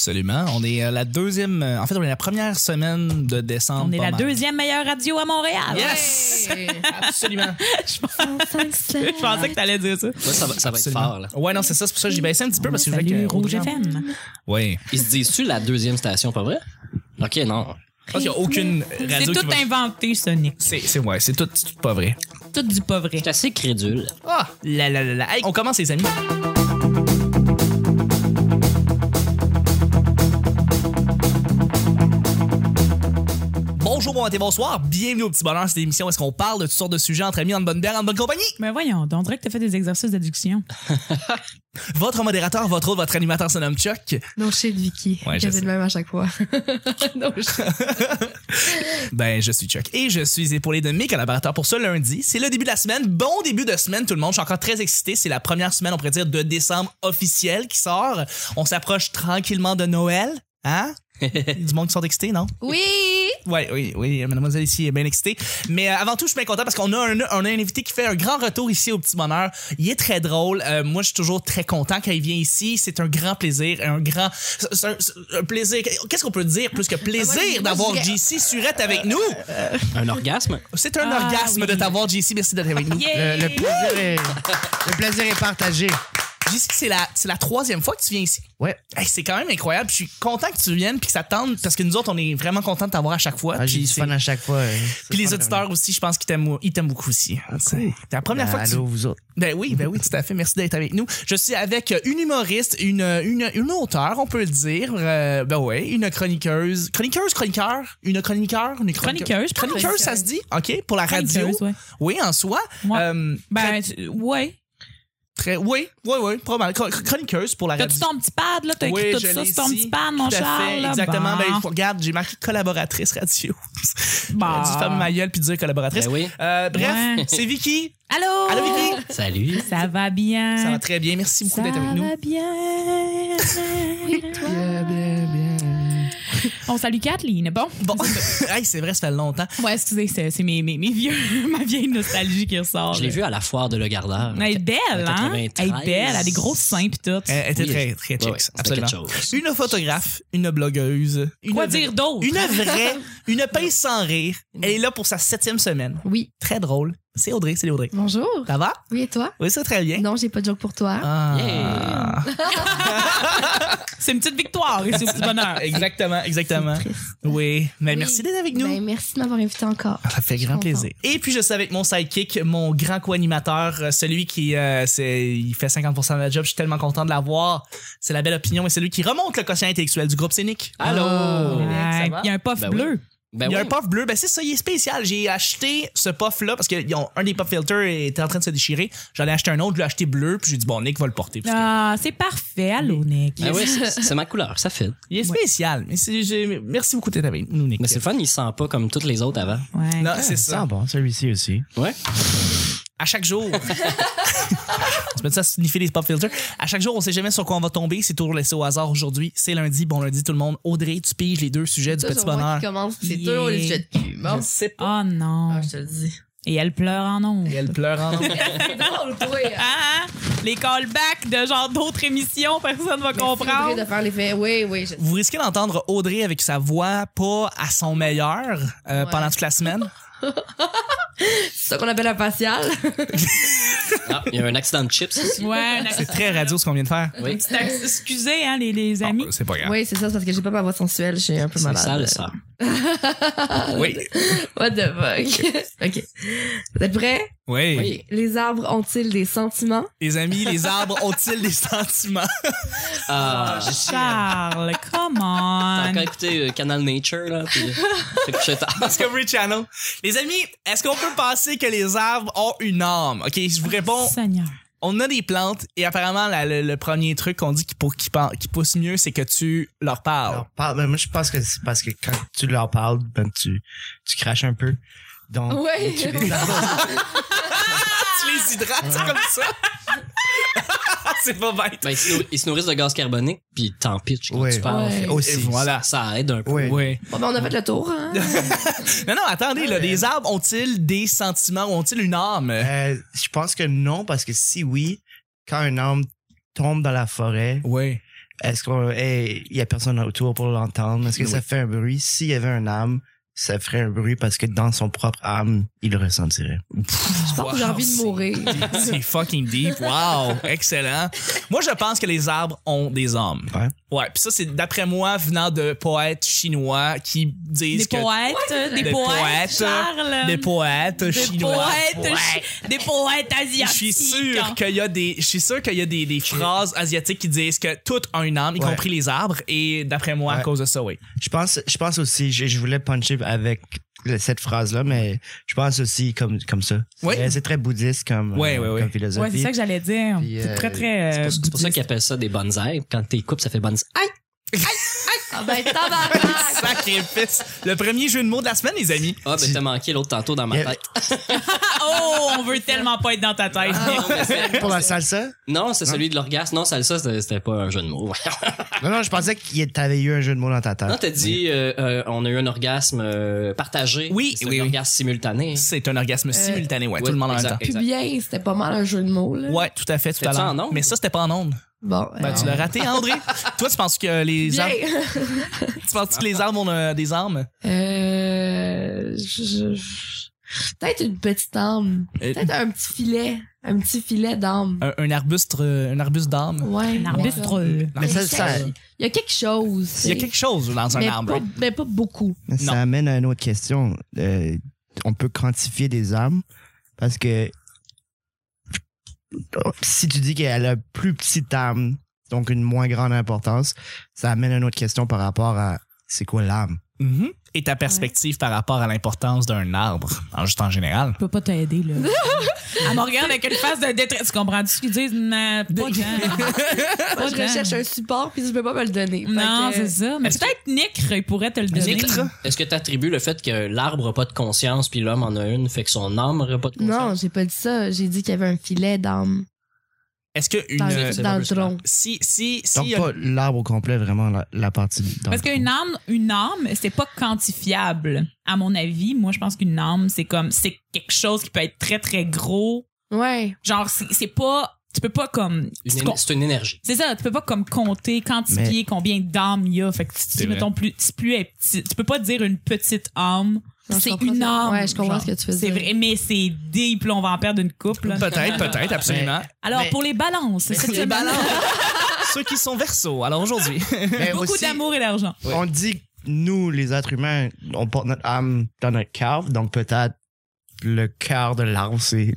Absolument. On est euh, la deuxième. euh, En fait, on est la première semaine de décembre. On est pas la mal. deuxième meilleure radio à Montréal. Yes! Absolument. Je pensais que t'allais dire ça. Ouais, ça va, ça va être Absolument. fort. Là. Ouais, non, c'est ça. C'est pour ça que j'ai baissé un petit peu parce que je voulais Salut, que. Rouge FM. Oui. Ils se disent-tu la deuxième station, pas vrai? Ok, non. Je pense qu'il n'y a aucune C'est radio. tout qui va- inventé, Sonic. C'est c'est ouais, c'est tout, c'est tout pas vrai. Tout du pas vrai. C'est assez crédule. Ah, la la la la. Hey, on commence les amis. Bonjour, bon matin, bonsoir. Bienvenue au Petit Bonheur, c'est l'émission où est-ce qu'on parle de toutes sortes de sujets entre amis, en bonne bière, en bonne compagnie. Mais voyons, donc, on dirait que t'as fait des exercices d'adduction. Votre modérateur, votre autre, votre animateur se nomme Chuck. Non, shit, Vicky. Ouais, je J'avais sais. le même à chaque fois. non, shit. Ben, je suis Chuck et je suis épaulé de mes collaborateurs pour ce lundi. C'est le début de la semaine. Bon début de semaine, tout le monde. Je suis encore très excité. C'est la première semaine, on pourrait dire, de décembre officiel qui sort. On s'approche tranquillement de Noël. Hein? du monde qui sont excités, non? Oui! Oui, oui, oui, mademoiselle ici est bien excitée. Mais euh, avant tout, je suis bien content parce qu'on a un, on a un invité qui fait un grand retour ici au Petit Bonheur. Il est très drôle. Euh, moi, je suis toujours très content quand il vient ici. C'est un grand plaisir, un grand... C'est un, c'est un plaisir... Qu'est-ce qu'on peut dire plus que Moi, je- moi, plaisir je d'avoir dirais- JC Surette avec nous? Un orgasme? Ben C'est un Ah, orgasme oui. de t'avoir, JC. Merci d'être avec nous. Yeah! Le, le plaisir est, le plaisir est partagé. JC, Euh, c'est la, c'est la troisième fois que tu viens ici. Ouais. Hey, c'est quand même incroyable. Je suis content que tu viennes puis que ça te tente parce que nous autres, on est vraiment contents de t'avoir à chaque fois. Ah, J'ai Puis du c'est- fun à chaque fois. hein. C'est Puis les fun de auditeurs aussi, je pense qu'ils t'aiment, ils t'aiment beaucoup aussi. hein, C'est la première venir. fois que tu... Allô, vous autres. Ben oui, ben oui, tout à fait. Merci d'être avec nous. Je suis avec une humoriste, une, une, une auteure, on peut le dire. Euh, ben ouais, une chroniqueuse. Chroniqueuse, chroniqueur? Une chroniqueur? Une Chroniqueuse, je pense. Chroniqueuse, ça se dit? OK, pour la radio. Chroniqueuse, ouais. Oui, en soi. Ouais. Euh, Ben, tu- ouais. très, oui, oui, oui, probablement. Chron- Chroniqueuse pour la radio. T'as-tu ton petit pad, là? T'as écrit Oui, tout je ça l'ai sur ton ici. petit pad, mon Tout à fait, Charles? là? Bah. Exactement. Bon. Ben, regarde, j'ai marqué collaboratrice radio. Bon. J'aurais dû fermer ma gueule puis dire collaboratrice. Ben oui. Euh, bref, Ouais. c'est Vicky. Allô? Allô, Vicky? Salut. Ça va bien? Ça va très bien. Merci beaucoup Ça d'être avec nous. va bien. Et toi? Bien, bien, bien. On salue Kathleen. Bon. Bon, hey, c'est vrai, ça fait longtemps. Ouais, excusez, c'est c'est mes, mes, mes vieux, ma vieille nostalgie qui ressort. Je l'ai là. vu à la foire de Le Gardeur. Elle est belle, hein? Elle 93. est belle, elle a des gros seins pis tout. Elle était Oui, très, très Ouais, chic, ouais, c'était absolument. quelque chose. Une photographe, une blogueuse. Une Quoi vra- dire d'autre? Une vraie, une pince sans rire. Elle est là pour sa septième semaine. Oui. Très drôle. C'est Audrey, c'est Audrey. Bonjour. Ça va? Oui, et toi? Oui, ça très bien. Non, j'ai pas de joke pour toi. Ah. Yeah. C'est une petite victoire et c'est un petit bonheur. Exactement, exactement. C'est triste. Oui, mais Oui. merci d'être avec nous. Ah, Ben, merci de m'avoir invité encore. Ça fait Je suis grand contente. plaisir. Et puis, je suis avec mon sidekick, mon grand co-animateur, euh, celui qui euh, c'est, il fait 50% de la job. Je suis tellement content de l'avoir. C'est la belle opinion et c'est lui qui remonte le quotient intellectuel du groupe Scénic. Allô? Oh. Ouais, Ça va? Il y a un puff Ben oui. bleu. Ben il y a un oui. puff bleu, ben c'est ça, il est spécial. J'ai acheté ce puff-là parce que ils ont- un des puff filters était en train de se déchirer. J'en ai acheté un autre, je l'ai acheté bleu, puis j'ai dit, bon, Nick va le porter. parce que- Ah, c'est parfait. Allô, Nick. Ben oui, c'est c'est ma couleur, ça fait. Il est spécial. Mais c'est- j'ai- merci beaucoup d'être avec nous, Nick. Mais c'est le fun, il sent pas comme toutes les autres avant. Ouais. Non, c'est Ça sent ça. bon, celui-ci aussi. Ouais. À chaque jour. on se met ça à sniffer les pop filters. À chaque jour, on sait jamais sur quoi on va tomber. C'est toujours laissé au hasard aujourd'hui. C'est lundi. Bon lundi, tout le monde. Audrey, tu piges les deux sujets du petit Toujours moi bonheur. qui commence, c'est Yeah. toujours les jets de cul. Bon. Je sais pas. Oh non. Ah, je te le dis. Et elle pleure en ondes. Et elle pleure en C'est drôle, toi. Ah, ah, les callbacks de genre d'autres émissions, personne va comprendre. de faire l'effet. Oui, oui. Je... Vous risquez d'entendre Audrey avec sa voix pas à son meilleur euh, Ouais. pendant toute la semaine. C'est ça qu'on appelle un facial. Ah, il y a un accident de chips ici. Ouais, un C'est très radio ce qu'on vient de faire. Oui. petit acc- Excusez, hein, les, les amis. Ah, c'est pas grave. Oui, c'est ça, c'est parce que j'ai pas ma voix sensuelle, j'ai un peu C'est malade. sale, ça. Oui. What the fuck? OK. Vous êtes prêts? Oui. Oui. Les arbres ont-ils des sentiments? Les amis, les arbres ont-ils des sentiments? Ah, j'ai su. Charles, come T'as on. encore écouté euh, Canal Nature, là, puis euh, t'es couché tard. Discovery Channel. Les amis, est-ce qu'on peut penser que les arbres ont une âme? OK, je vous réponds. Seigneur. On a des plantes et apparemment, la- le, le premier truc qu'on dit qui, pour, qui, pen- qui pousse mieux, c'est que tu leur parles. Alors, parle- ben, moi, je pense que c'est parce que quand tu leur parles, ben, tu, tu craches un peu. Donc, Ouais. tu les arroses. Tu les Ah. hydrates comme ça. c'est pas bête. Ben, ils, se nourrissent, ils se nourrissent de gaz carbonique, puis t'en pitches quand Ouais. tu parles. Ouais. Fait que Aussi. Ça, ça aide un peu. Ouais. Oui. Bon, ben, on a fait le tour. Hein? Non, non, attendez, là, les arbres ont-ils des sentiments ou ont-ils une âme? Euh, je pense que non, parce que si oui, quand un homme tombe dans la forêt, Oui. Est-ce qu'on, hey, il y a personne autour pour l'entendre? Est-ce que ça fait un bruit? S'il y avait un âme, ça ferait un bruit parce que dans son propre âme, il le ressentirait. Je pense que j'ai Wow, envie de c'est- mourir. C'est fucking deep. Wow, excellent. Moi, je pense que les arbres ont des âmes. Ouais. Ouais, puis ça, c'est d'après moi venant de poètes chinois qui disent Des que poètes, euh, des Des poètes, poètes, Charles. des poètes Des chinois. poètes, chi- des poètes asiatiques. Je suis hein. sûr qu'il y a des, je suis sûr qu'il y a des, des phrases asiatiques qui disent que tout a une âme, y Ouais. compris les arbres. Et d'après moi, à Ouais. cause de ça, oui. Je pense, je pense aussi, je, je voulais puncher avec le- cette phrase-là, mais je pense aussi comme, comme ça. Oui. C'est- C'est très bouddhiste comme, euh, Ouais, ouais, ouais. comme Ouais, c'est philosophie. ça que j'allais dire. Puis, C'est euh, très, très. C'est euh, pour- c'est pour ça qu'ils appellent ça des bonsaïs. Quand t'es coupes, ça fait bonsaï. Ah ben, tabarnak! Sacrifice. Le premier jeu de mots de la semaine, les amis. Ah, ben t'as manqué l'autre tantôt dans ma Yeah. tête. Oh, on veut tellement pas être dans ta tête. Pour la salsa? Non, Ah. c'est celui de l'orgasme. Non, ça, ça, c'était c'était pas un jeu de mots. Non, non, je pensais que t'avais eu un jeu de mots dans ta tête. non, t'as dit, euh, euh, on a eu un orgasme euh, partagé. Oui, C'est oui, un oui. orgasme simultané. C'est un orgasme simultané, ouais, ouais, tout le monde en même exact. temps. Puis bien, c'était pas mal un jeu de mots, là. Ouais, tout à fait, tout à C'était-tu l'heure. en onde? Mais ça, c'était pas en onde. Bon. Ben, euh, tu l'as raté, hein, André. Toi, tu penses que les bien. arbres, tu penses que les arbres ont euh, des armes? Euh, je- je- Peut-être une petite âme. Euh, Peut-être un petit filet. Un petit filet d'âme. Un, un arbuste, euh, un arbuste d'armes. Ouais. Un arbitre. ouais. euh, mais ça, ça, Il y a quelque chose. Il y a quelque chose dans un mais arbre. pas, mais pas beaucoup. ça amène à une autre question. Euh, on peut quantifier des âmes parce que si tu dis qu'elle a plus petite âme, donc une moins grande importance, ça amène à une autre question par rapport à c'est quoi l'âme? Mhm. Et ta perspective par rapport à l'importance d'un arbre, en juste en général. Je peux pas t'aider, là. Elle me regarde avec une face de détresse. Tu comprends-tu ce qu'ils disent? Non, pas tant. Moi, je tant. recherche un support puis je peux pas me le donner. Fait Non, que- c'est ça. Mais Est-ce peut-être Nicre, il pourrait te le donner. Nictre? Est-ce que t'attribues le fait que l'arbre a pas de conscience puis l'homme en a une, fait que son âme aurait pas de Non, conscience? j'ai pas dit ça. J'ai dit qu'il y avait un filet d'âme Est-ce que une, dans, euh, dans le tronc. si, si, si, Donc y a- pas l'arbre au complet, vraiment la, la partie. dans Parce le- qu'une âme, une âme, c'est pas quantifiable. À mon avis, moi, je pense qu'une âme, c'est comme, c'est quelque chose qui peut être très, très gros. Ouais. Genre, c'est c'est pas, tu peux pas comme, Une tu éner- com- C'est une énergie. c'est ça, tu peux pas comme compter, quantifier combien d'âmes il y a. Fait que si C'est tu, vrai. mettons, plus, si plus elle est petite, tu peux pas dire une petite âme. Non, je C'est comprends une ça. âme. Ouais, je comprends genre. ce que tu veux C'est dire. vrai, mais c'est deep, là, on va en perdre une couple. là. peut-être, peut-être, absolument. Alors, Mais- pour les balances, cette Les semaine, balances. Ceux qui sont verso, alors aujourd'hui. Mais beaucoup aussi, d'amour et d'argent. On dit nous les êtres humains, on porte notre âme dans notre cœur, donc peut-être le cœur de l'arbre c'est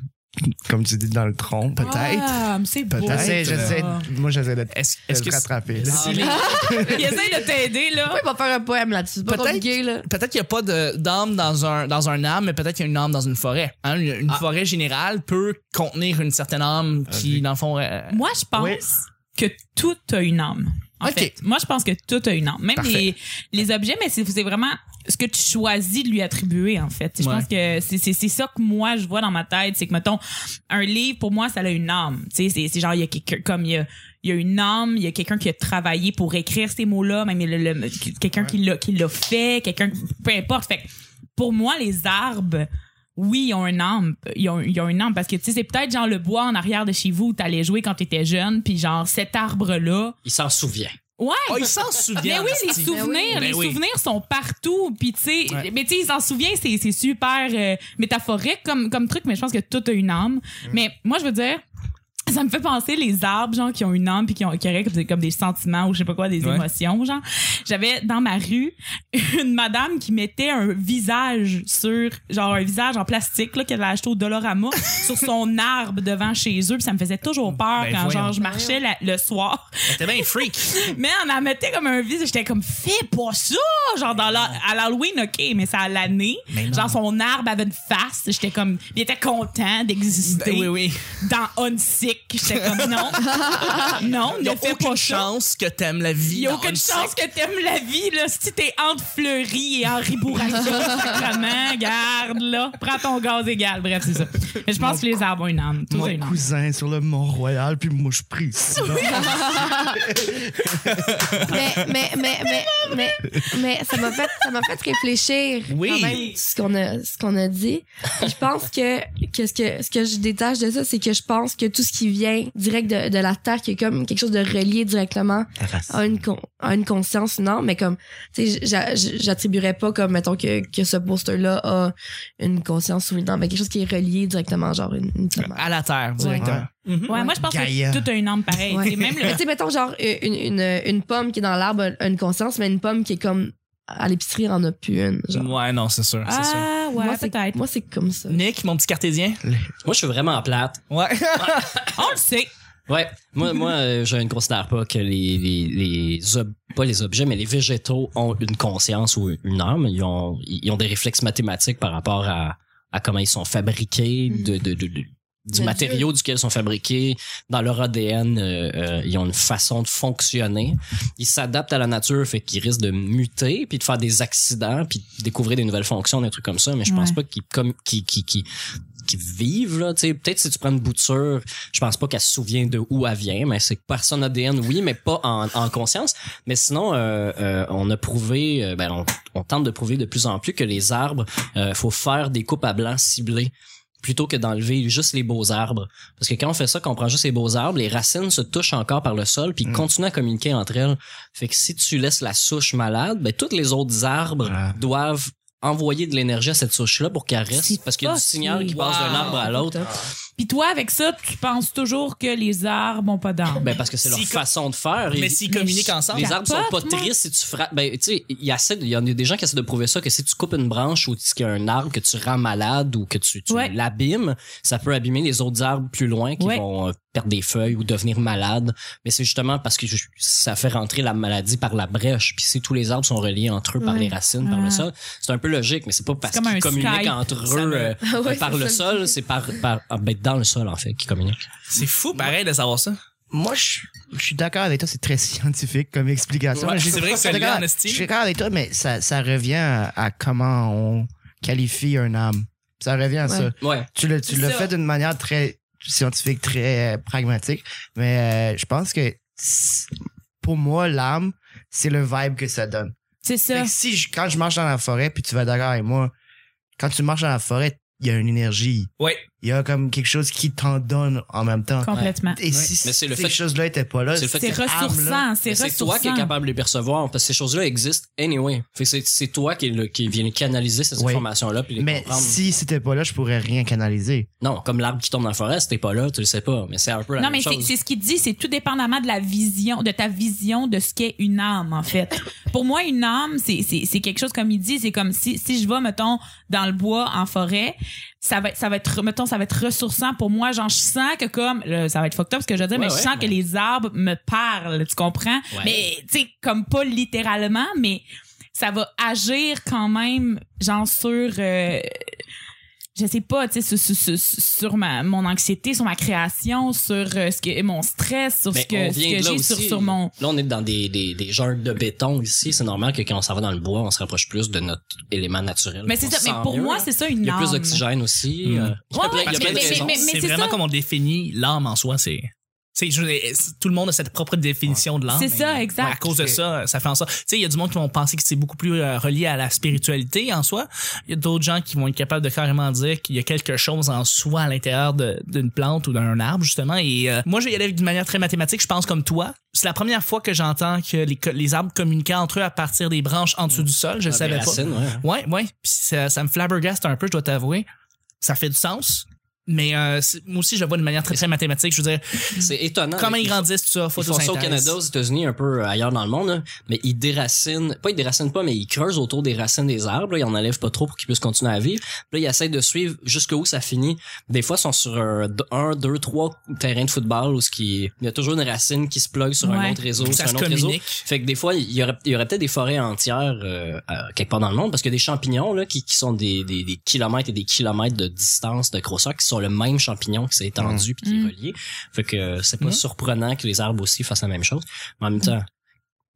comme tu dis dans le tronc, peut-être. Ah, mais c'est beau. J'essaie, j'essaie, Ah. moi j'essaie d'être Est-ce de est-ce le que rattraper. Ah, là. si les- Il essaie de t'aider, là. Pourquoi Ah il va faire un poème là-dessus? C'est pas Peut-être- compliqué, là. Peut-être qu'il n'y a pas de- d'âme dans un, dans un arbre, mais peut-être qu'il y a une âme dans une forêt. Hein, une une Ah. forêt générale peut contenir une certaine âme qui, oui. dans le fond. euh, Moi, je pense Oui. que tout a une âme. En Ok. fait, moi, je pense que tout a une âme. Même Parfait. les, les objets, mais c'est c'est vraiment ce que tu choisis de lui attribuer, en fait. Je Ouais. pense que c'est- c'est c'est ça que moi, je vois dans ma tête. C'est que, mettons, un livre, pour moi, ça a une âme. Tu sais, c'est- c'est genre, il y a quelqu'un, comme il y a, il y a une âme, il y a quelqu'un qui a travaillé pour écrire ces mots-là, même le- le- quelqu'un qui l'a qui l'a fait, quelqu'un, peu importe. Fait que pour moi, les arbres, oui, ils ont un âme. Ils ont, ils ont une âme parce que, tu sais, c'est peut-être genre le bois en arrière de chez vous où t'allais jouer quand t'étais jeune, puis genre cet arbre-là. Il s'en souvient. Ouais! Oh, il s'en mais souvient. oui, les esti. souvenirs, Ben les oui. souvenirs sont partout. Puis tu sais, Ouais. mais tu sais, ils s'en souviennent, c'est c'est super euh, métaphorique comme comme truc, mais je pense que tout a une âme. Mm. Mais moi, je veux dire, ça me fait penser les arbres genre qui ont une âme puis qui ont qui auraient comme, des- comme des sentiments ou je sais pas quoi des Ouais. émotions genre j'avais dans ma rue une madame qui mettait un visage sur genre un visage en plastique là qu'elle avait acheté au Dollarama sur son arbre devant chez eux puis ça me faisait toujours peur Ben, quand voyons. genre je marchais la- le soir Elle était bien freak. mais on en mettait comme un vis. J'étais comme, fais pas ça! Genre, dans la- à l'Halloween, OK, mais c'est à l'année. Mais non. Genre, son arbre avait une face. J'étais comme, il était content d'exister. Ben oui, oui. Dans On Sick. J'étais comme, non. non, Il y ne a fais aucune pas ça. chance que t'aimes la vie. Il n'y a dans aucune une chance que t'aimes la vie, là. Si t'es entre Fleury et Henri Bourassa, sacrement, garde, là. Prends ton gaz égal. Bref, c'est ça. Mais je pense que les arbres ont une âme. Tous ont Mon une âme. cousin sur le Mont-Royal, puis moi je prie. Mais, mais, mais, mais, mais, mais ça m'a fait, ça m'a fait réfléchir Oui. quand même ce qu'on a, ce qu'on a dit. Puis je pense que, que ce que ce que je détache de ça, c'est que je pense que tout ce qui vient direct de, de la terre, qui est comme quelque chose de relié directement à une con- à une conscience, non, mais comme tu sais, j'a- j'attribuerais pas comme mettons que, que ce poster-là a une conscience ou non, mais quelque chose qui est relié directement, genre une, une tomate. À la terre, directement. Mhm. Ouais, moi, je pense Gaïa. que tout a une âme pareille. Ouais. C'est Même le- Mais tu sais, mettons, genre, une, une, une pomme qui est dans l'arbre a une conscience, mais une pomme qui est comme à l'épicerie, en a plus une. Genre. Ouais, non, c'est sûr, c'est sûr. Ah, moi, ouais, c'est- peut-être. Moi, c'est comme ça. Nick, mon petit cartésien. Moi, je suis vraiment plate. Ouais. On le sait. Ouais. Moi, moi euh, je ne considère pas que les, les, les ob- pas les objets, mais les végétaux ont une conscience ou une âme. Ils ont, ils ont des réflexes mathématiques par rapport à, à comment ils sont fabriqués, de, de, de- de- du De matériau duquel ils sont fabriqués. Dans leur ADN, euh, euh, ils ont une façon de fonctionner. Ils s'adaptent à la nature, fait qu'ils risquent de muter, puis de faire des accidents, puis de découvrir des nouvelles fonctions, des trucs comme ça. Mais je pense Ouais. pas qu'ils comme qu'ils qu'ils- qu'ils- qu'ils vivent là. Tu sais, peut-être si tu prends une bouture, je pense pas qu'elle se souvient de où elle vient, mais c'est que par son ADN, oui, mais pas en, en conscience. Mais sinon, euh, euh, on a prouvé, euh, ben, on, on tente de prouver de plus en plus que les arbres, euh, faut faire des coupes à blanc ciblées plutôt que d'enlever juste les beaux arbres. Parce que quand on fait ça, qu'on prend juste les beaux arbres, les racines se touchent encore par le sol, puis Mm. continuent à communiquer entre elles. Fait que si tu laisses la souche malade, ben, tous les autres arbres Ah. doivent envoyer de l'énergie à cette souche-là pour qu'elle reste, C'est parce qu'il y a du fucké. signal qui passe d'un Wow. arbre à l'autre. Puis toi, avec ça, tu penses toujours que les arbres ont pas d'âme. Ben parce que c'est leur S'ils co- façon de faire. Mais Ils- s'ils communiquent ensemble. Les arbres sont pas Capote, moi. tristes si tu frappes. Ben, tu sais, il y, a ça- il y en a des gens qui essaient de prouver ça, que si tu coupes une branche ou qu'il y a un arbre que tu rends malade ou que tu, tu Ouais. l'abîmes, ça peut abîmer les autres arbres plus loin qui Ouais. vont euh, perdre des feuilles ou devenir malades. Mais c'est justement parce que ju- ça fait rentrer la maladie par la brèche. Puis si tous les arbres sont reliés entre eux par Ouais. les racines, par le Ah. sol, c'est un peu logique, mais c'est pas parce comme qu'ils un communiquent Skype. entre Ça eux me- euh, Ah ouais, par c'est le ça. sol, c'est par, par ah, ben, dans le sol en fait qu'ils communiquent. c'est fou, pareil, de savoir ça. Moi, je je suis d'accord avec toi, c'est très scientifique comme explication. Ouais, Je- c'est vrai que je suis c'est lié d'accord- en esti. Je suis d'accord avec toi, mais ça, ça revient à, à comment on qualifie un âme. Ça revient à Ouais. ça. Ouais. Tu l'as tu C'est l'as ça. fait d'une manière très scientifique, très euh, pragmatique, mais euh, je pense que c- pour moi, l'âme, c'est le vibe que ça donne. C'est Fait ça. que si je- quand je marche dans la forêt, puis tu vas d'accord avec moi, quand tu marches dans la forêt, il y a une énergie. Ouais. Il y a comme quelque chose qui t'en donne en même temps. Complètement. Et si Mais c'est le ces fait- choses-là étaient pas là, c'est le fait C'est cette âme-là- ressourçant. C'est Mais ben, C'est toi qui es ressourçant. capable de les percevoir parce que ces choses-là existent anyway. Fait que c'est- c'est toi qui, le- qui viens canaliser ces Oui. informations-là puis les Mais comprendre. si c'était pas là, je pourrais rien canaliser. Non, comme l'arbre qui tombe dans la forêt, si t'es pas là, tu le sais pas. Mais c'est un peu la Non, même mais c'est chose. c'est ce qu'il dit, c'est tout dépendamment de la vision, de ta vision de ce qu'est une âme, en fait. Pour moi, une âme, c'est- c'est c'est quelque chose comme il dit, c'est comme si, si je vais, mettons, dans le bois, en forêt, ça va, être- ça va être, mettons, ça va être ressourçant pour moi. Genre, je sens que comme, là, ça va être fucked up ce que je veux dire, Ouais, mais je ouais, sens mais- que les arbres me parlent, tu comprends? Ouais. Mais, tu sais, comme pas littéralement, mais ça va agir quand même, genre, sur, euh, je sais pas, tu sais, sur, sur, sur- sur ma, mon anxiété, sur ma création, sur euh, ce que, mon stress, sur Mais ce que, on ce vient que de là j'ai, sur, aussi. sur mon. Là, on est dans des, des, des jungles de béton ici. C'est normal que quand on s'en va dans le bois, on se rapproche plus de notre élément naturel. Mais c'est On ça, se mais sent pour mieux, moi, là. c'est ça une Il y a âme. plus d'oxygène aussi. Mm. euh, il y a Ouais, plein- il y a parce plein de Ah, que- mais- raisons. mais- mais- c'est c'est vraiment ça. comme on définit l'âme en soi, c'est. c'est- je veux dire, c'est- tout le monde a cette propre définition de l'âme. C'est ça, mais- exact. ouais, à cause de ça, ça fait en sorte. Tu sais, il y a du monde qui vont penser que c'est beaucoup plus euh, relié à la spiritualité en soi. Il y a d'autres gens qui vont être capables de carrément dire qu'il y a quelque chose en soi à l'intérieur de- d'une plante ou d'un arbre, justement. Et euh, moi, je vais y aller d'une manière très mathématique, je pense comme toi. C'est la première fois que j'entends que les, co- les arbres communiquaient entre eux à partir des branches en dessous du sol. Je Ah, le savais les pas. racines, ouais. Ouais, ouais. Puis ça, ça me flabbergaste un peu, je dois t'avouer. Ça fait du sens. Mais euh, c'est- moi aussi, je le vois de manière très, très mathématique. Je veux dire, C'est étonnant. comment ils Ah, Ils- grandissent, tout ça, Ils font photosynthèse. ça au Canada, aux États-Unis, un peu euh, ailleurs dans le monde, là. mais ils déracinent, pas ils déracinent pas, mais ils creusent autour des racines des arbres, là. ils en enlèvent pas trop pour qu'ils puissent continuer à vivre. Puis là, ils essaient de suivre jusqu'où ça finit. Des fois, ils sont sur un, d- un, deux, trois terrains de football où ce qui, il y a toujours une racine qui se plug sur un Ouais. autre réseau, sur Ça un se autre réseau. communique. Fait que des fois, il y aurait, il y aurait peut-être des forêts entières euh, à- quelque part dans le monde parce que des champignons là, qui, qui sont des, des, des kilomètres et des kilomètres de distance, de grosseur, qui sont le même champignon qui s'est étendu puis qui est Mm. relié. Fait que euh, c'est pas Mm. surprenant que les arbres aussi fassent la même chose. Mais en même temps,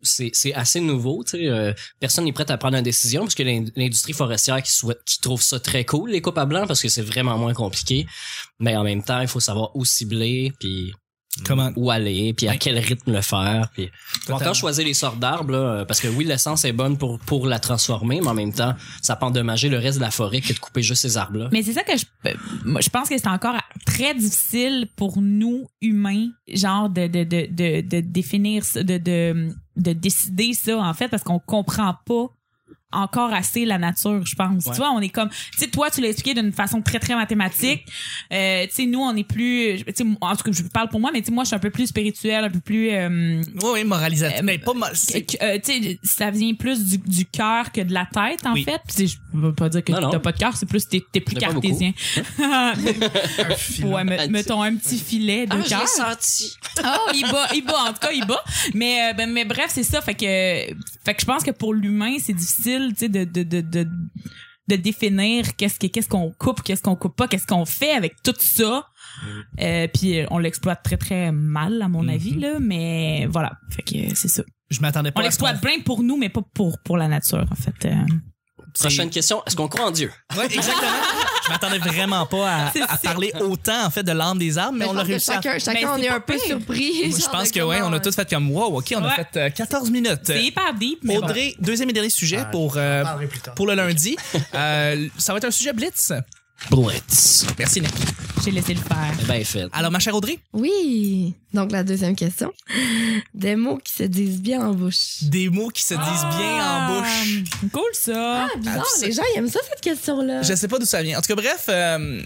c'est c'est assez nouveau. tu sais, euh, personne n'est prêt à prendre une décision parce que l'in- l'industrie forestière qui, souhaite, qui trouve ça très cool, les coupes à blanc, parce que c'est vraiment moins compliqué. Mais en même temps, il faut savoir où cibler. Puis Comment? où aller, puis à Oui. quel rythme le faire. Puis Ou Totalement. encore choisir les sortes d'arbres, là, euh, parce que oui, l'essence est bonne pour, pour la transformer, mais en même temps, ça peut endommager le reste de la forêt que de couper juste ces arbres-là. Mais c'est ça que je, euh, moi, je pense que c'est encore très difficile pour nous humains, genre de de de de, de définir, ça, de de de décider ça en fait parce qu'on comprend pas encore assez la nature, je pense. Ouais. Tu vois, on est comme, tu sais, toi, tu l'as expliqué d'une façon très très mathématique. Euh, tu sais, nous, on est plus, tu sais, en tout cas, je parle pour moi, mais tu sais, moi, je suis un peu plus spirituel, un peu plus. euh, Oui, oui, moralisateur. Euh, mais pas mal. que- que, euh, tu sais, ça vient plus du, du cœur que de la tête, en Oui. fait. Puis je veux pas dire que Non, non. t'as pas de cœur, c'est plus t'es t'es plus J'en ai pas cartésien. ouais, me- Un mettons un petit filet de j'ai cœur. senti. Ah, il bat, il bat, en tout cas, il bat. Mais, euh, ben, mais bref, c'est ça. Fait que, fait que je pense que pour l'humain, c'est difficile, tu sais, de, de, de, de, de définir qu'est-ce que, qu'est-ce qu'on coupe, qu'est-ce qu'on coupe pas, qu'est-ce qu'on fait avec tout ça. Mm. Euh, puis euh, on l'exploite très très mal à mon Mm-hmm. avis là mais voilà fait que euh, c'est ça Je m'attendais pas on à ce qu'on- l'exploite bien pour nous mais pas pour pour la nature en fait Euh, Prochaine question, est-ce qu'on croit en Dieu? Ouais, exactement. Je m'attendais vraiment pas à, C'est à ça. parler autant en fait de l'âme des arbres, mais Mais on je l'a pense que réussi à Chacun, Mais chacun on c'est est pas un peu pire. surpris. Je genre, pense de que ouais, comment- on a tous fait comme wow, ok, on a Ouais. fait euh, 14 minutes. c'est hyper deep mais bon. Audrey, deuxième et dernier sujet Ah, pour euh, parlerai plus tard. pour le lundi. Euh, ça va être un sujet blitz. Blitz. Merci Nick. j'ai laissé le faire Ben fait. Ah, Alors ma chère Audrey, euh, Oui. Donc, la deuxième question. Des mots qui se disent bien en bouche. des mots qui se disent bien en bouche. bouche Ah, cool ça Ah, bizarre. Ah, les gens, ils aiment ça, cette question-là. Je sais pas d'où ça vient. En tout cas, bref, euh,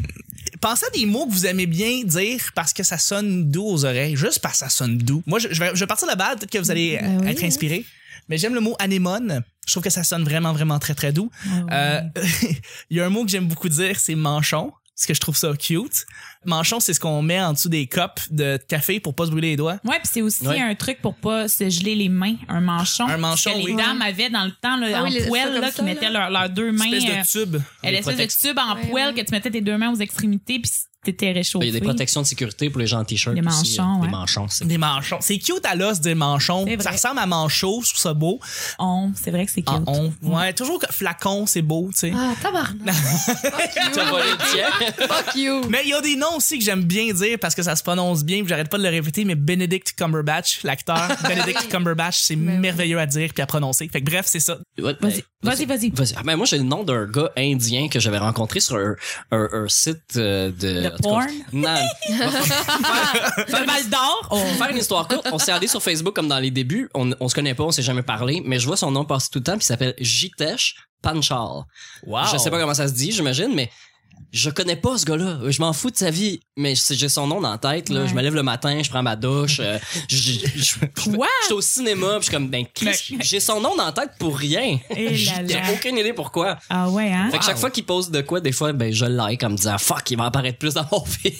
pensez à des mots que vous aimez bien dire parce que ça sonne doux aux oreilles, juste parce que ça sonne doux. Moi, je, je vais, je vais partir là-bas, peut-être que vous allez Ben oui, être hein. inspiré. Mais j'aime le mot anémone. Je trouve que ça sonne vraiment, vraiment très, très doux. Euh, Il y a un mot que j'aime beaucoup dire, c'est manchon. Parce que je trouve ça cute. Manchon, c'est ce qu'on met en dessous des copes de café pour pas se brûler les doigts. Ouais, puis c'est aussi Ouais. un truc pour pas se geler les mains, un manchon. Un manchon, que les oui. dames avaient dans le temps là, Ah en oui, les- ça poêle comme là, ça, qui là. mettaient leurs leurs deux mains, Espèce de euh, tube. euh, l'espèce de protections. tube en Ouais, poêle ouais. que tu mettais tes deux mains aux extrémités puis t'étais réchauffé. Il y a des protections de sécurité pour les gens en t-shirt. Les aussi, manchons, euh, ouais. Les manchons, c'est Des manchons. C'est cute à l'os des manchons. C'est vrai. Ça ressemble à manchot, je trouve ça beau. On, c'est vrai que c'est cute. Ah, on. Ouais, toujours que flacon, c'est beau, tu sais. Ah, tabarnak. Fuck you. T'as volé le tien? Fuck you. Mais il y a des noms aussi que j'aime bien dire parce que ça se prononce bien, puis j'arrête pas de le répéter, mais Benedict Cumberbatch, l'acteur Benedict Cumberbatch, c'est Ben Mais oui. merveilleux à dire puis à prononcer. Fait que bref, c'est ça. Ouais, ben, Vas-y, vas-y, vas-y. Vas-y. Ah ben moi j'ai le nom d'un gars indien que j'avais rencontré sur un, un- un site euh, de De en tout cas, porn? non. Le Val d'Or. Oh. Pour faire une histoire courte, on s'est allé sur Facebook comme dans les débuts, on, on se connaît pas, on s'est jamais parlé, mais je vois son nom passer tout le temps puis il s'appelle Jitesh Panchal. Wow. Je sais pas comment ça se dit, j'imagine, mais je connais pas ce gars-là. Je m'en fous de sa vie, mais c'est- j'ai son nom dans la tête. Là. Ouais. Je me lève le matin, je prends ma douche. euh, je, je, je- je- Quoi? je suis au cinéma, puis je suis comme, ben, Chris, j'ai son nom dans la tête pour rien. Eh là J'ai là. aucune idée pourquoi. Ah ouais, hein? Fait que chaque fois qu'il pose de quoi, des fois, ben, je le like en me disant, fuck, il va apparaître plus dans mon feed.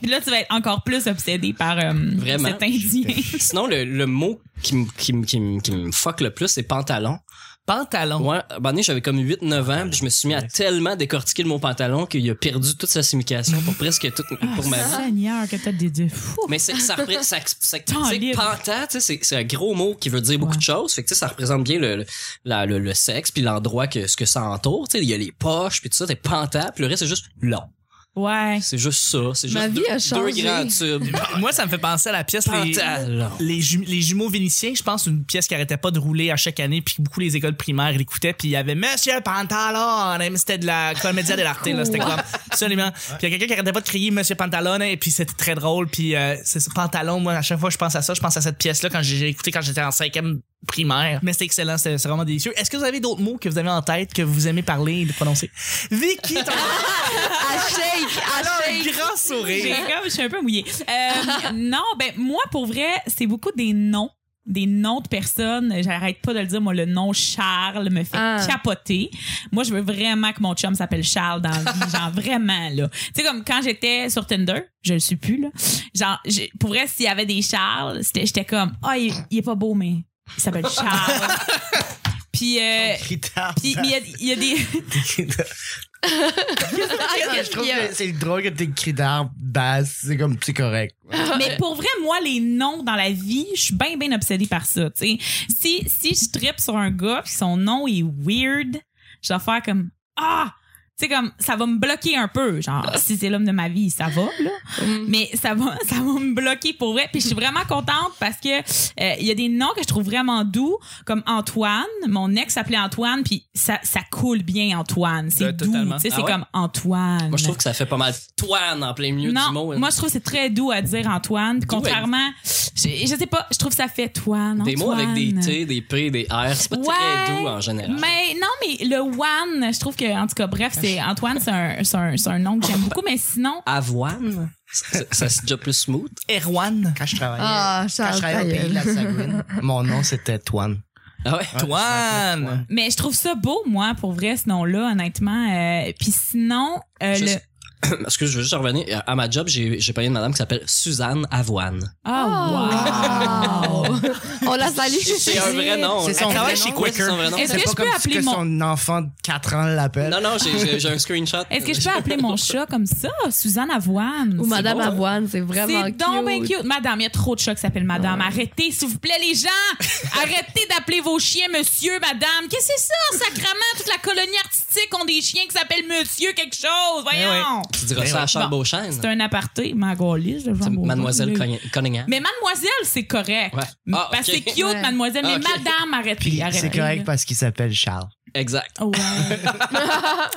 Puis là, tu vas être encore plus obsédé par euh, Vraiment. cet indien. Sinon, le, le mot qui me qui me- qui me- qui me fuck le plus, c'est pantalon. Pantalon. Ouais, à un moment donné, j'avais comme 8-9 ans, puis je me suis mis à tellement décortiquer le mot pantalon qu'il a perdu toute sa signification pour presque toute pour ma vie. Seigneur, que t'as des dieux. Fou. Mais c'est, ça représente, ça, ça, tu Tant sais, libre. pantan, tu sais, c'est, c'est un gros mot qui veut dire beaucoup Ouais. de choses. Fait que, tu sais, ça représente bien le, le, la- le, le sexe puis l'endroit que, ce que ça entoure. Tu sais, il y a les poches puis tout ça, t'es pantan puis le reste, c'est juste long. Ouais. C'est juste ça. C'est juste Ma vie deux, a changé. deux grands tubes. Moi, ça me fait penser à la pièce les, Pantalon. les, ju- les jumeaux vénitiens, je pense, une pièce qui arrêtait pas de rouler à chaque année, puis beaucoup les écoles primaires l'écoutaient, puis il y avait Monsieur Pantalone, mais c'était de la comédia dell'arte, là, c'était comme absolument. Puis il y a quelqu'un qui arrêtait pas de crier Monsieur Pantalone, et puis c'était très drôle, puis euh, c'est ce pantalon, moi, à chaque fois je pense à ça, je pense à cette pièce-là quand j'ai j'ai écouté quand j'étais en cinquième primaire. Mais c'était excellent, c'était c'est vraiment délicieux. Est-ce que vous avez d'autres mots que vous avez en tête, que vous aimez parler et de prononcer? Vicky, t'en À Ah, shake. À as un shake. grand sourire. Ah, J'ai comme, je suis un peu mouillée. Euh, non, ben moi pour vrai, c'est beaucoup des noms, des noms de personnes. J'arrête pas de le dire. Moi, le nom Charles me fait Ah. capoter. Moi, je veux vraiment que mon chum s'appelle Charles dans la vie. genre vraiment là. Tu sais comme quand j'étais sur Tinder, je le suis plus là. Genre j'ai- pour vrai, s'il y avait des Charles, c'était- j'étais comme ah il, il est pas beau mais il s'appelle Charles. Puis euh, Retard. puis mais il y a- il y, a des Ah, Je trouve que c'est drôle que t'es cri d'arbre basse, c'est comme, c'est correct. Mais pour vrai, moi, les noms dans la vie, je suis bien, bien obsédée par ça. tu sais. Si, si je trippe sur un gars puis son nom est weird, je vais faire comme Ah! Tu sais, comme, ça va me bloquer un peu. Genre, Ah. si c'est l'homme de ma vie, ça va, là. Mm. Mais ça va, ça va me bloquer pour vrai. Puis je suis vraiment contente parce que euh, il y a des noms que je trouve vraiment doux, comme Antoine. Mon ex s'appelait Antoine, puis ça, ça coule bien Antoine. Euh, C'est doux. totalement. Tu sais, Ah c'est ouais? comme Antoine. Moi, je trouve que ça fait pas mal toine en plein milieu non, du mot. hein. moi je trouve que c'est très doux à dire Antoine. Puis Doux avec- contrairement, je, je sais pas, je trouve que ça fait Toine. des mots avec des Antoine. T, hein. des P, des R, c'est pas très Ouais, doux en général. Mais non, mais le one, je trouve que, en tout cas, bref, c'est Ah, Antoine, c'est un, c'est un, c'est un nom que j'aime beaucoup, mais sinon, Avoine, ça, ça se dit plus smooth. Erwan. Quand je travaillais, Ah, quand Charles je travaillais au pays de la Saguenay, mon nom c'était Toine. Ah ouais? Toine. mais je trouve ça beau, moi, pour vrai, ce nom-là, honnêtement. Euh, Puis sinon, euh, Juste- le. Parce que je veux juste revenir. euh, À ma job, j'ai j'ai payé une madame qui s'appelle Suzanne Avoine. Oh, Ah, wow! On la salue. C'est un vrai hein. nom. C'est son Elle vrai travaille nom, chez ouais, Quaker. c'est son vrai nom. Est-ce C'est que pas je comme peux si appeler que mon. son enfant de 4 ans l'appelle. Non, non, j'ai- j'ai j'ai un screenshot. Est-ce que je peux appeler mon chat comme ça? Suzanne Avoine. Ou C'est Madame beau. Avoine, c'est vraiment C'est donc bien cute. cute. Madame, il y a trop de chats qui s'appellent Madame. Arrêtez, s'il vous plaît, les gens! Arrêtez d'appeler vos chiens Monsieur, Madame. Qu'est-ce que c'est ça, sacrament? Toute la colonie artistique ont des chiens qui s'appellent Monsieur quelque Eh chose. Voyons! Tu diras ça à Charles Bon, Beauchesne. C'est un aparté, ma gaulliste, le genre C'est Beauvais. Mademoiselle Mais- Cunning- Cunningham. Mais Mademoiselle, c'est correct. Ouais. Ah, Parce que ok. c'est cute, Ouais. Mademoiselle. Mais Ah, ok. Madame, arrêtez. Puis arrêtez, c'est correct là. parce qu'il s'appelle Charles. Exact. Oh, ouais.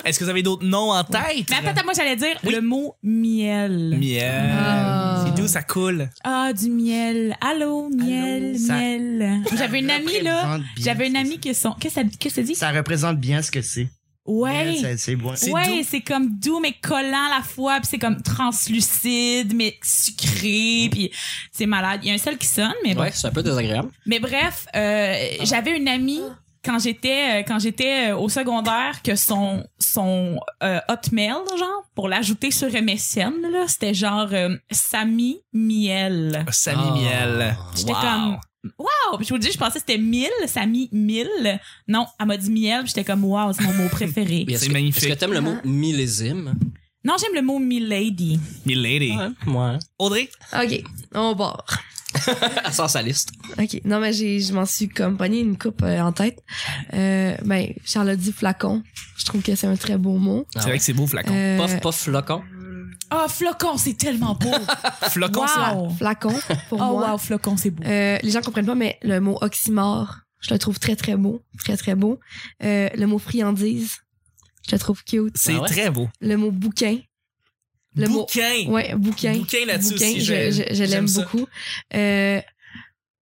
Est-ce que vous avez d'autres noms en tête? Mais attends, attends, moi, j'allais dire le mot miel. Miel. Ah. C'est doux, ça coule. Ah, du miel. Allô, miel, ça- miel. J'avais une amie, là. représente bien, J'avais une c'est amie qui son. Qu'est-ce que ça- qu'est-ce que ça dit? Ça représente bien ce que c'est. Ouais. C'est- C'est bon. c'est ouais, doux. c'est comme doux mais collant à la fois, puis c'est comme translucide mais sucré, puis c'est malade. Il y a un seul qui sonne, mais bon. Ouais, c'est un peu désagréable. Mais bref, euh, j'avais une amie quand j'étais euh, quand j'étais euh, au secondaire que son son euh, hotmail genre pour l'ajouter sur MSN là, c'était genre euh, Samy Miel. Samy Ah. Miel. J'étais Wow. comme Wow! Puis je vous dis, je pensais que c'était 1000, Samy 1000. Non, elle m'a dit miel, puis j'étais comme wow, c'est mon mot préféré. Mais est-ce C'est que- magnifique. Est-ce que t'aimes le mot Ah. millésime? Non, j'aime le mot milady. Milady. Moi. hein. Audrey? Ah OK, on part. À sort sa liste. OK. Non, mais j'ai, je m'en suis comme pogné une coupe euh, en tête. Euh, ben, Charles a dit flacon. Je trouve que c'est un très beau mot. Ah C'est vrai ouais. que c'est beau, flacon. Euh, Pof, pof, flocon. Ah, flocon, c'est tellement beau. Euh, Flocon, c'est wow. Flacon, pour Oh, moi. wow, flocon, c'est beau. Euh, les gens comprennent pas, mais le mot oxymore, je le trouve très, très beau. Très, très beau. Euh, le mot friandise, je le trouve cute. c'est Ah ouais? très beau. Le mot bouquin. Le mot- bouquin. Ouais, bouquin. Bouquin là-dessus Bouquin, aussi, je- je, je- je j'aime l'aime ça. beaucoup. Euh,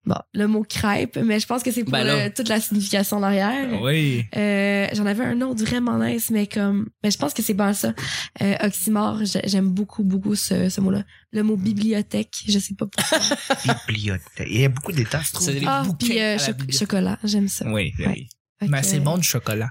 bon, le mot crêpe, mais je pense que c'est pour Ben là. le- toute la signification derrière. Oui. Euh, j'en avais un autre vraiment nice, mais comme, mais je pense que c'est pas ça. Euh, oxymore, j'ai- j'aime beaucoup, beaucoup ce, ce mot-là. Le mot bibliothèque, je sais pas pourquoi. Bibliothèque. Il y a beaucoup d'états, je trouve. C'est des ah, bouquins puis à euh, la cho- bibliothèque. chocolat, j'aime ça. Oui. Ouais. oui. Fait Mais que, c'est bon du chocolat.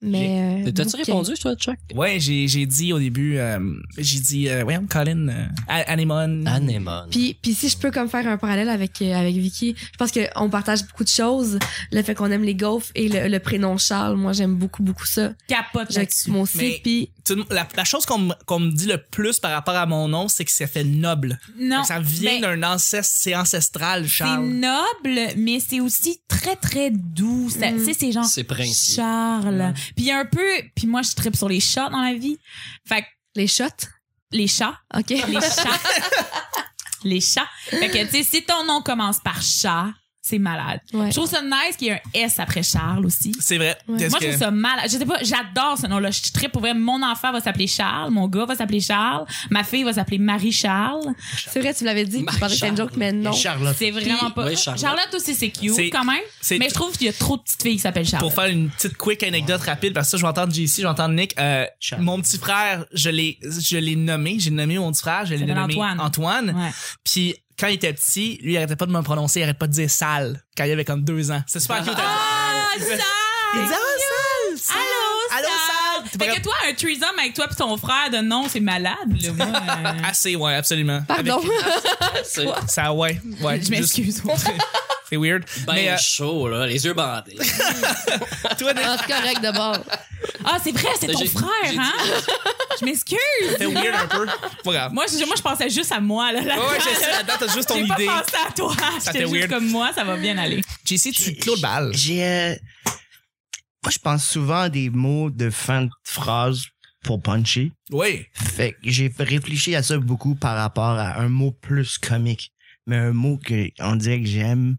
Mais, euh, T'as-tu bouquin. répondu, toi, Chuck? Ouais, j'ai, j'ai dit au début, euh, j'ai dit, euh, voyons, Colin, euh, A- Anemone. Mmh. Anémone. Puis, puis si je peux comme faire un parallèle avec euh, avec Vicky, je pense que on partage beaucoup de choses. Le fait qu'on aime les gaufres et le, le prénom Charles, moi j'aime beaucoup beaucoup ça. Capote J'ai là-dessus. mon aussi. Mais- Puis Tout le monde- la, la chose qu'on, me- qu'on me dit le plus par rapport à mon nom, c'est que ça fait noble. Non. ça vient ben, d'un ancestre, c'est ancestral, C'est Charles. noble, mais c'est aussi très, très doux. Ça- Mm. Tu sais, c'est genre C'est principe. Mm. Charles. Puis il y a un peu... Puis moi, je tripe sur les chats dans la vie. Fait que les shots, les chats, ok. les chats, les chats. Fait que, tu sais, si ton nom commence par chat, c'est malade. Ouais. Je trouve ça nice qu'il y ait un S après Charles aussi. C'est vrai. Ouais. Est-ce Moi, que- je trouve ça mal. Je sais pas, j'adore ce nom-là. Je très pour vrai. Mon enfant va s'appeler Charles, mon gars va s'appeler Charles, ma fille va s'appeler Marie-Charles. C'est vrai, tu me l'avais dit. puis Je pensais que c'était une joke, mais non. Charlotte. C'est vraiment pas. Oui, Charlotte. Charlotte. aussi, c'est cute C'est- quand même. c'est- Mais je trouve qu'il y a trop de petites filles qui s'appellent Charlotte. Pour faire une petite quick anecdote rapide, parce que ça, je vais entendre JC, je vais entendre Nick. Euh, Charles. mon petit frère, je l'ai, je l'ai nommé, j'ai nommé mon petit frère, je l'ai s'appelle nommé Antoine. Antoine. Ouais. Puis quand il était petit, lui, il arrêtait pas de me prononcer, il arrêtait pas de dire sale quand il avait comme deux ans. C'est super cute. hein? Ah, Il ça! disait- Il disait, ah, sale! sale, Allô, Allô, ça! sale! Fait que toi, un threesome avec toi pis ton frère de nom, c'est malade, là. Moi, euh, Assez, ouais, absolument. Pardon. C'est Avec- ça, ouais. ouais je juste- m'excuse. C'est weird. ben Mais euh, chaud, là. Les yeux bandés. toi, Nick, Ah, c'est correct de bord. Ah, c'est vrai, c'est ton J'ai- frère, j'ai hein? Je m'excuse. c'était weird un peu. Pas grave. Moi, je, moi, je pensais juste à moi, là. là Ouais, ouais, je sais, là-dedans, t'as juste ton J'ai pas idée. pensé à toi. J'étais fait juste weird. comme moi, ça va bien aller. JC, tu clôt le bal. J'ai. euh, Moi, je pense souvent à des mots de fin de phrase pour punchy. Oui. Fait que j'ai réfléchi à ça beaucoup par rapport à un mot plus comique. Mais un mot que on dirait que j'aime.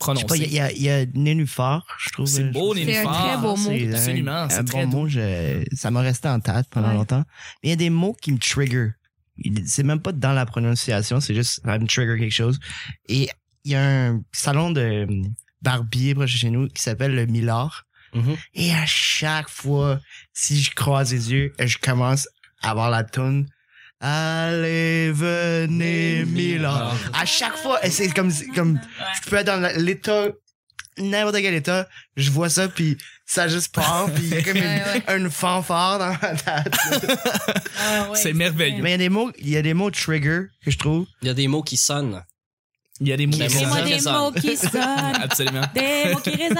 Je sais pas, il Prononcé. y a, il y a- il y a Nénuphar, je trouve. euh, C'est je beau, trouve- C'est un Nénuphar. très beau mot. un- Absolument, c'est un très bon doux. mot, je- ça m'a resté en tête pendant Ouais. longtemps. Mais il y a des mots qui me trigger. Il- C'est même pas dans la prononciation, c'est juste ça me trigger quelque chose. Et il y a un salon de hum, barbier proche de chez nous qui s'appelle le Millard. Mm-hmm. Mhm. Et à chaque fois, si je croise les yeux, je commence à avoir la tonne. Allez, venez, Millard. À chaque fois, c'est comme, c'est comme, je peux être dans l'état, n'importe quel état, je vois ça, puis ça juste part, puis il y a comme une, Ouais, une fanfare dans ma tête. Ah C'est merveilleux. Mais il y a des mots, il y a des mots trigger que je trouve. Il y a des mots qui sonnent. Il y a des mots. Des qui mots Moi, sont- qui des résonnent. mots qui sonnent. Absolument. Des mots qui résonnent.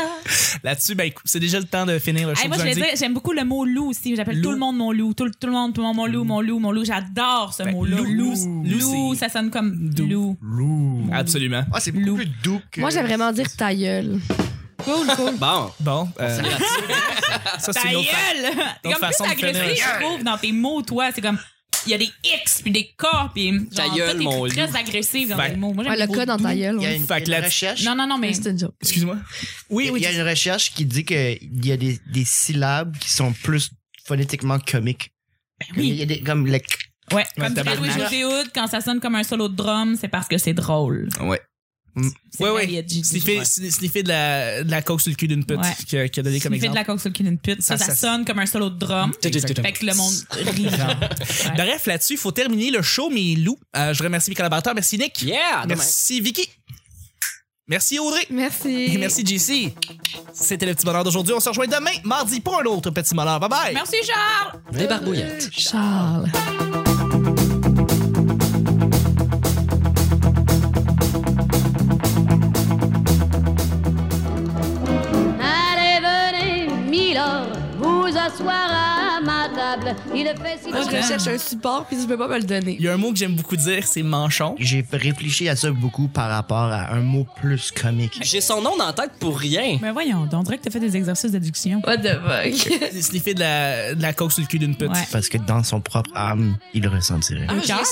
Là-dessus, ben, écoute, c'est déjà le temps de finir le show. Hey, moi, du je vais lundi. dire, j'aime beaucoup le mot loup aussi. J'appelle tout Loup. le monde mon loup. Tout, le- tout le monde, tout le monde, mon loup, mon loup, mon loup. J'adore ce Ben, mot-là. loup, Loup, loup, loup, c'est- ça sonne comme Doux. loup. Absolument. Ah, c'est beaucoup Loup. plus doux que. Moi, j'aime vraiment dire ta gueule. Cool, cool. Bon. Bon, euh, ça, Ta c'est une autre fa- gueule! T'es autre comme façon de plus agressif, finir. je trouve, dans tes mots, toi. C'est comme, il y a des X puis des K puis genre, Ta toi, gueule, t'es mon très loup. agressif dans Fait- tes mots. Moi, j'aime Ouais, le beaucoup cas dans ta doux. gueule. Il y a ouais. une, Fait que il y là- a une recherche. Non, non, non, mais. C'est une joke. Excuse-moi. Oui, il oui. y a une recherche qui dit qu'il y a des, des syllabes qui sont plus phonétiquement comiques. oui. Il y a des, comme le. Ouais, Ouais, comme dirait tabarnak. Louis-José Hood, quand ça sonne comme un solo de drum, c'est parce que c'est drôle. Ouais. C'est Mm. Ouais, vrai, il y a ouais. du- du- Sniffer, ouais. sn- sniffer de la, de la coke sur le cul d'une pute Ouais. qui a- qui a donné comme Il fait de exemple. la coke sur le cul d'une pute. Ça, Ça, ça, ça- sonne comme un solo de drum. Exactement. Fait que le monde rit. Ouais. Bref, là-dessus, il faut terminer le show, mes loups. Euh, je remercie mes collaborateurs. Merci Nick. Yeah! à demain. Merci Vicky. Merci Audrey. Merci. Et merci JC. C'était le petit bonheur d'aujourd'hui. On se rejoint demain, mardi, pour un autre petit bonheur. Bye bye. Merci, Charles! Des barbouillettes. Charles. Allez, venez, Milord, vous asseoir à ma table. Il fait si Moi, je recherche un support, puis je peux pas me le donner. Il y a un mot que j'aime beaucoup dire, c'est manchon. J'ai réfléchi à ça beaucoup par rapport à un mot plus comique. J'ai son nom dans la tête pour rien. Mais Ben voyons, donc, on dirait que t'as fait des exercices d'adduction. What the fuck? Sniffer de la, de la coke sur le cul d'une pute. Ouais. Parce que dans son propre âme, il ressentirait. Un cœur.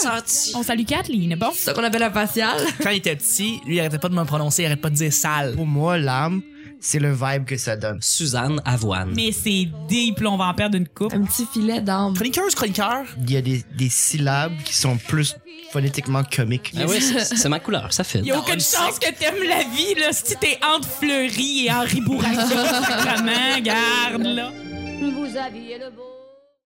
On salue Kathleen, bon? C'est ça qu'on appelle un facial. Quand il était petit, lui, il arrêtait pas de me prononcer, il arrêtait pas de dire sale. Pour moi, l'âme, c'est le vibe que ça donne. Suzanne Avoine. Mais c'est deep, là, on va en perdre une coupe. Un petit filet d'âme. Chroniqueuse, chroniqueur. Il y a des, des syllabes qui sont plus phonétiquement comiques. Ah oui, c'est c'est ma couleur, ça fait. Il y a aucune Dans chance que t'aimes la vie, là, si t'es entre Fleury et Henri Bourassa, sacrement, garde, là. Vous aviez le beau.